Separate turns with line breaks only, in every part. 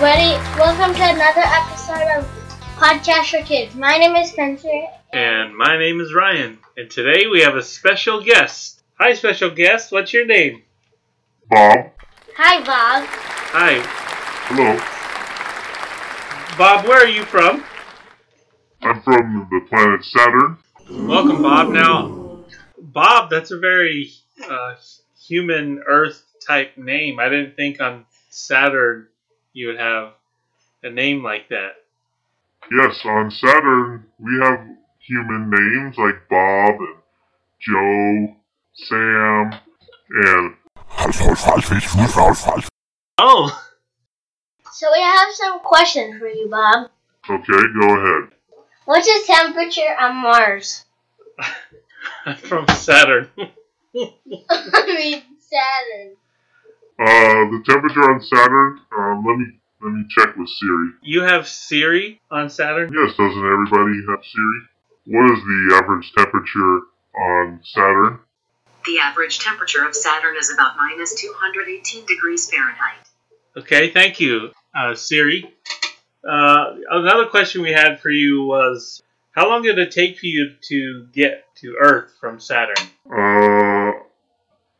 Ready? Welcome to another episode of Podcast for Kids. My name is Spencer.
And my name is Ryan, and today we have a special guest. Hi, special guest. What's your name?
Bob,
Hi, Bob.
Hi,
hello.
Bob. Where are you from?
I'm from the planet Saturn.
Welcome, Bob. Now, Bob, that's a very uh, human Earth type name. I didn't think on Saturn you would have a name like that.
Yes, on Saturn we have human names like Bob and Joe, Sam, and
Oh,
So we have some questions for you, Bob.
okay, go ahead.
What's the temperature on Mars?
I'm from Saturn.
I mean, Saturn.
Uh, the temperature on Saturn. Um, let me let me check with Siri.
You have Siri on Saturn?
Yes, doesn't everybody have Siri? What is the average temperature on Saturn?
The average temperature of Saturn is about minus 218 degrees Fahrenheit.
Okay, thank you, uh, Siri. Uh, another question we had for you was how long did it take for you to get to Earth from Saturn?
Uh,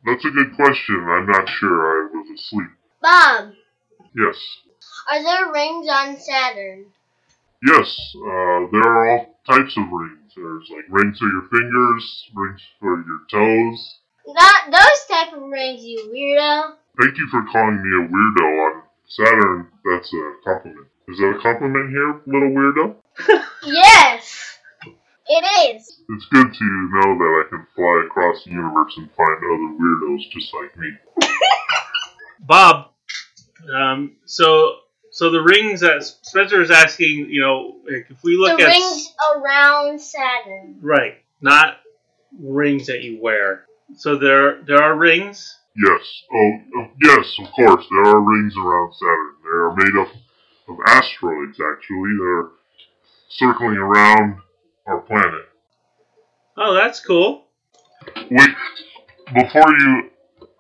that's a good question. I'm not sure. I was asleep.
Bob,
Yes.
are there rings on Saturn?
Yes, uh, there are all types of rings. There's like rings for your fingers, rings for your toes.
Not those type of rings, you weirdo.
Thank you for calling me a weirdo on Saturn. That's a compliment. Is that a compliment here, little weirdo?
Yes, it is.
It's good to know that I can fly across the universe and find other weirdos just like me.
Bob, um, so so the rings that Spencer is asking, you know, like, if we look
the
at
rings around Saturn.
right, not rings that you wear. So there there are rings.
Yes, oh, oh, yes, of course, there are rings around Saturn. They are made up of asteroids, actually. They're circling around our planet.
Oh, that's cool.
Wait, before you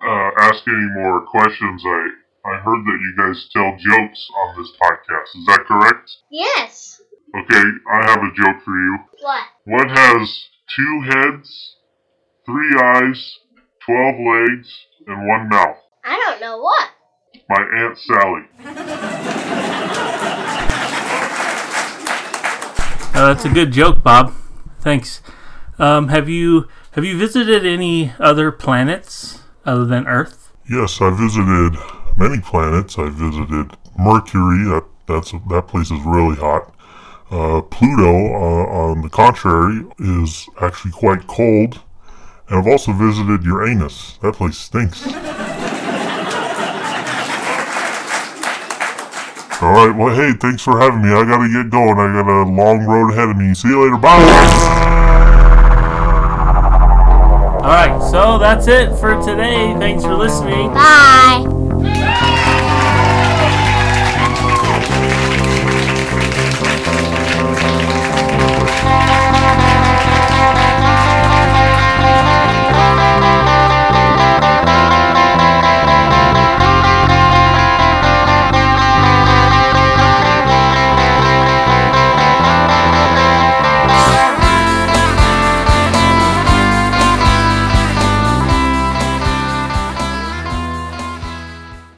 uh, ask any more questions, I, I heard that you guys tell jokes on this podcast. Is that correct?
Yes.
Okay, I have a joke for you.
What?
What has two heads, three eyes, twelve legs, and one mouth?
I don't know what.
My Aunt Sally.
Uh, that's a good joke, Bob. Thanks. Um, have you have you visited any other planets other than Earth?
Yes, I visited many planets. I visited Mercury. That that's that place is really hot. Uh, Pluto, uh, on the contrary, is actually quite cold. And I've also visited Uranus. That place stinks. All right. Well, hey, thanks for having me. I gotta get going. I got a long road ahead of me. See you later. Bye.
All right, so that's it for today. Thanks for listening.
Bye.